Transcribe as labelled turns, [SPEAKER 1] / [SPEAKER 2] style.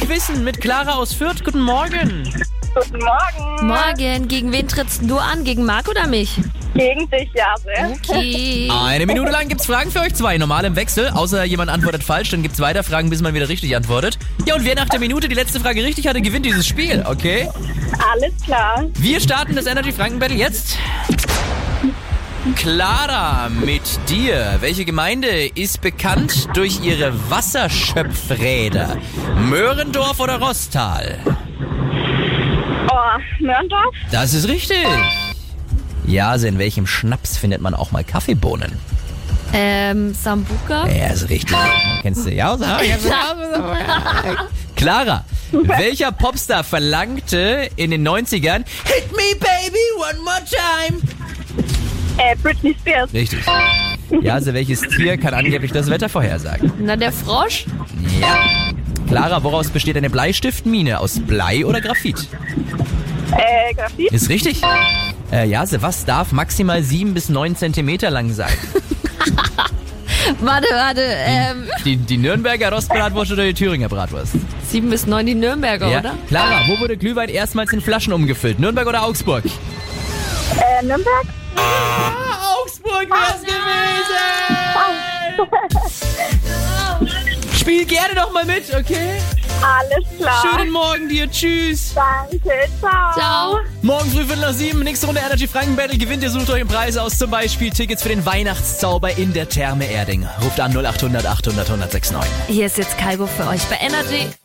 [SPEAKER 1] Quizzen mit Clara aus Fürth. Guten Morgen.
[SPEAKER 2] Guten Morgen.
[SPEAKER 3] Morgen, gegen wen trittst du an? Gegen Marc oder mich?
[SPEAKER 2] Gegen dich, Jase.
[SPEAKER 3] Okay.
[SPEAKER 1] Eine Minute lang gibt's Fragen für euch zwei. Normal im Wechsel. Außer jemand antwortet falsch, dann gibt's weiter Fragen, bis man wieder richtig antwortet. Ja, und wer nach der Minute die letzte Frage richtig hatte, gewinnt dieses Spiel, okay?
[SPEAKER 2] Alles klar.
[SPEAKER 1] Wir starten das Energy Franken Battle jetzt. Clara, mit dir. Welche Gemeinde ist bekannt durch ihre Wasserschöpfräder? Möhrendorf oder Rostal?
[SPEAKER 2] Oh, Mörndorf?
[SPEAKER 1] Das ist richtig. Ja, also in welchem Schnaps findet man auch mal Kaffeebohnen?
[SPEAKER 3] Ähm, Sambuka?
[SPEAKER 1] Ja, ist richtig. Kennst du ja? aus- ja, kennst du ja aus- Clara, welcher Popstar verlangte in den 90ern Hit me baby one more time?
[SPEAKER 2] Äh, Britney Spears.
[SPEAKER 1] Richtig. Ja, also welches Tier kann angeblich das Wetter vorhersagen?
[SPEAKER 3] Na, der Frosch?
[SPEAKER 1] Ja. Clara, woraus besteht eine Bleistiftmine? Aus Blei oder Graphit?
[SPEAKER 2] Äh, Graphit?
[SPEAKER 1] Ist richtig. Äh, Jase, was darf maximal 7 bis 9 Zentimeter lang sein?
[SPEAKER 3] Warte, warte. Ähm,
[SPEAKER 1] Die, die Nürnberger Rostbratwurst oder die Thüringer Bratwurst?
[SPEAKER 3] 7 bis 9 die Nürnberger,
[SPEAKER 1] Ja.
[SPEAKER 3] oder?
[SPEAKER 1] Clara, wo wurde Glühwein erstmals in Flaschen umgefüllt? Nürnberg oder Augsburg?
[SPEAKER 2] Äh, Nürnberg?
[SPEAKER 1] Augsburg wär's gewesen! Spiel gerne noch mal mit, okay?
[SPEAKER 2] Alles klar.
[SPEAKER 1] Schönen Morgen dir, tschüss!
[SPEAKER 2] Danke, ciao.
[SPEAKER 3] Ciao.
[SPEAKER 1] Morgen früh Viertel nach sieben, nächste Runde Energy Franken Battle. Gewinnt ihr, sucht euch einen Preis aus, zum Beispiel Tickets für den Weihnachtszauber in der Therme Erding. Ruft an 0800 800 1069.
[SPEAKER 3] Hier ist jetzt Kalbo für euch bei Energy.